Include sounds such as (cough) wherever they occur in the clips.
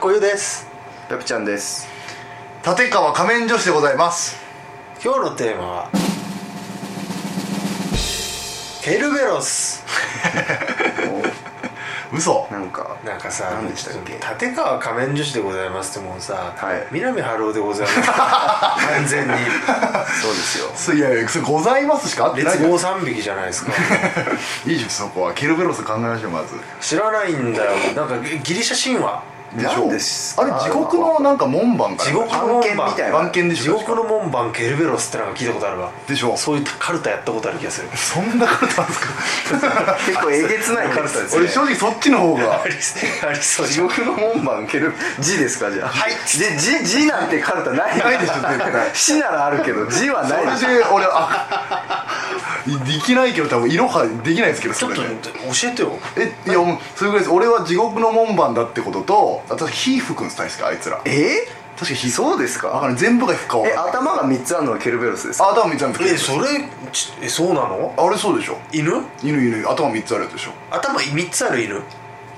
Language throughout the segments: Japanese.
こゆですペプちゃんです立川仮面女子でございます今日のテーマはケルベロス嘘なんかなんかさ何でしたっけ立川仮面女子でございますってもうさ、はい南春夫でございます完全にそうですよすいやいやそれございますしかあってない劣じゃんい合三匹じゃないですかいじゃんそこはケルベロス考えましょうまず知らないんだよなんかギリシャ神話しょなんですかあれ地獄のなんか門番か地ら獄の門案件みた番いな番犬で地しょ獄の門番ケルベロスってなんか聞いたことあるわでしょそういうカルタやったことある気がするそんなことなんですか結構えげつないカルタですね俺正直そっちの方がありありそう地獄の門番蹴る字ですかじゃあはいじじ字なんてカルタないないでしょ絶対死ならあるけど字はそないれでしょで俺あできないけど多分いろはできないですけどちそょっれとで教えてよえいやもうそれぐらいです俺は地獄の門番だってこととあと火吹くんです確かあいつらえ確か火そうですわかんかない全部が火か分えかんない頭が3つあるのはケルベロスですかあ頭3つあるんでえすそれちえそうなのけどあれそうでしょ犬犬犬頭3つあるやつでしょ頭3つある犬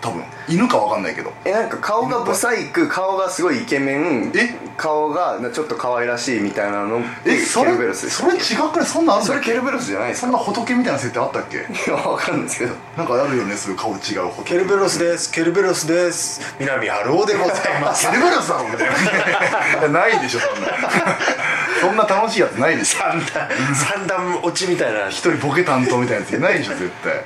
多分犬か分かんないけどえなんか顔がブサイク顔がすごいイケメンえ顔がなちょっと可愛らしいみたいなのってえそケれルベロスでしそたれ違くないそんなんあるんそだれっけケルベロスじゃないですそかんな仏みたいな設定あったっけいやわかんないですけどなんかあるよねすぐ顔違う仏ケルベロスですケルベロスです南春夫でございますケルベロスだろみたいなないでしょそんなそんな楽しいやつないでしょ三段三段落ちみたいな人一人ボケ担当みたいなやついないでしょ絶対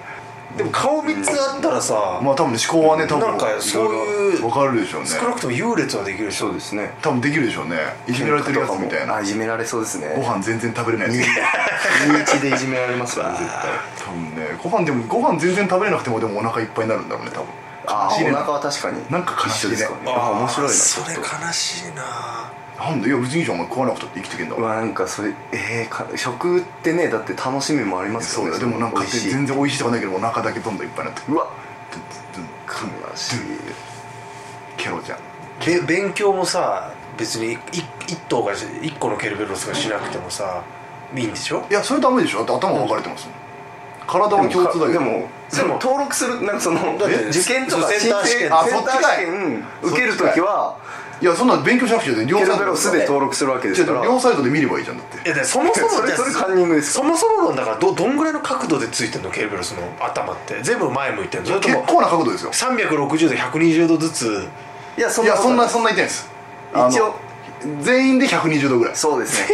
でも顔3つあったらさ、まあ多分思考はね多分なんかそういう分かるでしょうね少なくとも優劣はできるでしょそうですね多分できるでしょうねいじめられてるやつみたいあないじめられそうですねご飯全然食べれないや身内でいじめられますから絶対つ多分ねご飯でもご飯全然食べれなくてもでもお腹いっぱいになるんだろうね多分あー走れおない腹は確かになんか悲しい一緒ねですかねああ面白いなそれちょっ悲しいななんでいや別にいいじゃんお前食わなくたって生きてけんだとうからわなんかそれえーか食ってねだって楽しみもありますそようねだでもなんか美味しい全然美味しいとかないけどお腹だけどんどんいっぱいになってうわドゥン悲しいケロちゃべん勉強もさ別に一頭が一個のケルベロスがしなくてもさいいんでしょいやそれダメでしょだって頭分かれてますもん体は共通だけでどもでも登録するなんかそのって受験とかセンター試験あそセっンタちーかい試験受けるときははいやそんなの勉強しなくちゃいけない両ケルサイベドロスで登録するわけです違うか違うら両サイドで見ればいいじゃんだっていやでそもそもそれじゃあそれカンニングですかそもそも論だからどどんぐらいの角度でついてんのケルベロスの頭って全部前向いてんのそれと結も構な角度ですよ360度120度ずついやそいやそんなことそんな痛いんですないあ一応の全員で120度ぐらいちそうです (laughs) ね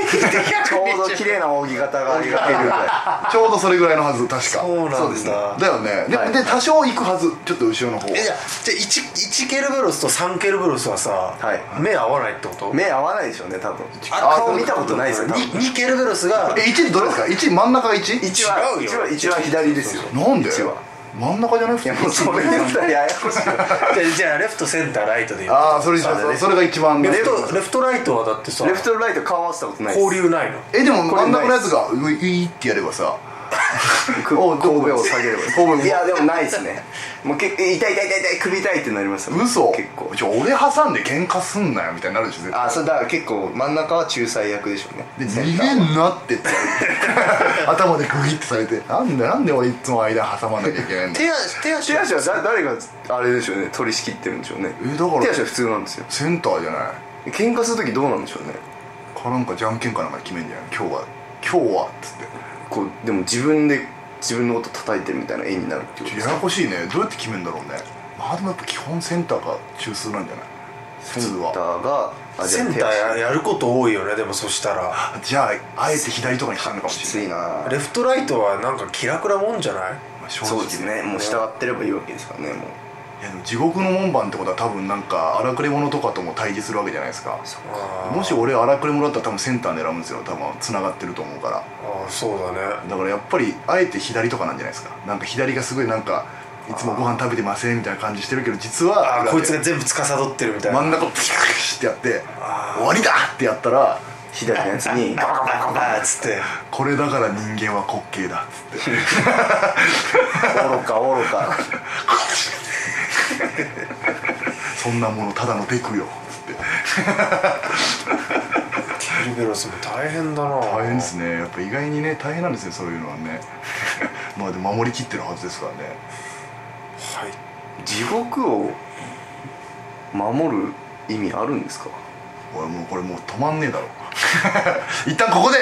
ちょうど綺麗な扇形がありがけるぐらょうどそれぐらいのはず確かそうなんだそうですねだよねで,、はいで多少行くはずちょっと後ろの方えじゃあじゃあ 1, 1ケルベロスと3ケルベロスはさ、はい目合わないってことい目合わないでしょうね多分あ顔見たことないですよ多分 2, ケルベロスがえ1ってどれですか1真ん中 1? 一は違うよ一は一は左ですよなんで一は真ん中じゃなくいてやもうそれで二人ややこしいじゃあじゃあレフトセンターライトで言うああそれそれそれが一番レフトレフトライトはだってさレフトライト顔合わせたことないです交流ないのえでもこれ真ん中のやつが「うい」ってやればさくお神戸を下げれば神戸もいやでもないですねもうけ痛い痛い痛い痛い首痛いってなりますよ嘘結構ちょ俺挟んで喧嘩すんなよみたいになるでしょ絶対あそれだから結構真ん中は仲裁役でしょうねでセン逃ターげんなって (laughs) って言われて頭でグイってされてなんでなんで俺いつも間挟まなきゃいけないんだ手足手足手足はだ誰があれでしょうね取り仕切ってるんでしょうねえだから手足は普通なんですよセンターじゃない喧嘩する時どうなんでしょうねかなんかじゃんけんかなんかで決めんじゃない今日は今日はっつっこうでも自分で自分のこと叩いてるみたいな絵になるっていうてちょややこしいねどうやって決めんだろうねまあでもやっぱ基本センターが中枢なんじゃない普通センタはーがあじゃセあンターややること多いよねでもそしたらじゃああえて左とかにしたのかもきしつれないいなレフトライトはなんか気楽なもんじゃないまあ正直そうですねもう従ってればいいわけですからねもういやでも地獄の門番ってことは多分なんか荒くれ者とかとも対峙するわけじゃないですかあーもし俺荒くれ者だったら多分センター狙うんですよ多分つながってると思うからあーそうだねだからやっぱりあえて左とかなんじゃないですかなんか左がすごいなんかいつもご飯食べてませんみたいな感じしてるけど実はあーこいつが全部司ってるみたいな真ん中をピシッシってやって終わりだってやったら左のやつにガバガバガバっつってこれだから人間は滑稽だっつって愚か愚かそんなものただのデクよっつってケルベロスも大変だな大変ですねやっぱ意外にね大変なんですねそういうのはね (laughs) まあでも守りきってるはずですからねはい地獄を守る意味あるんですか俺もうこれもう止まんねえだろ (laughs) 一旦ここで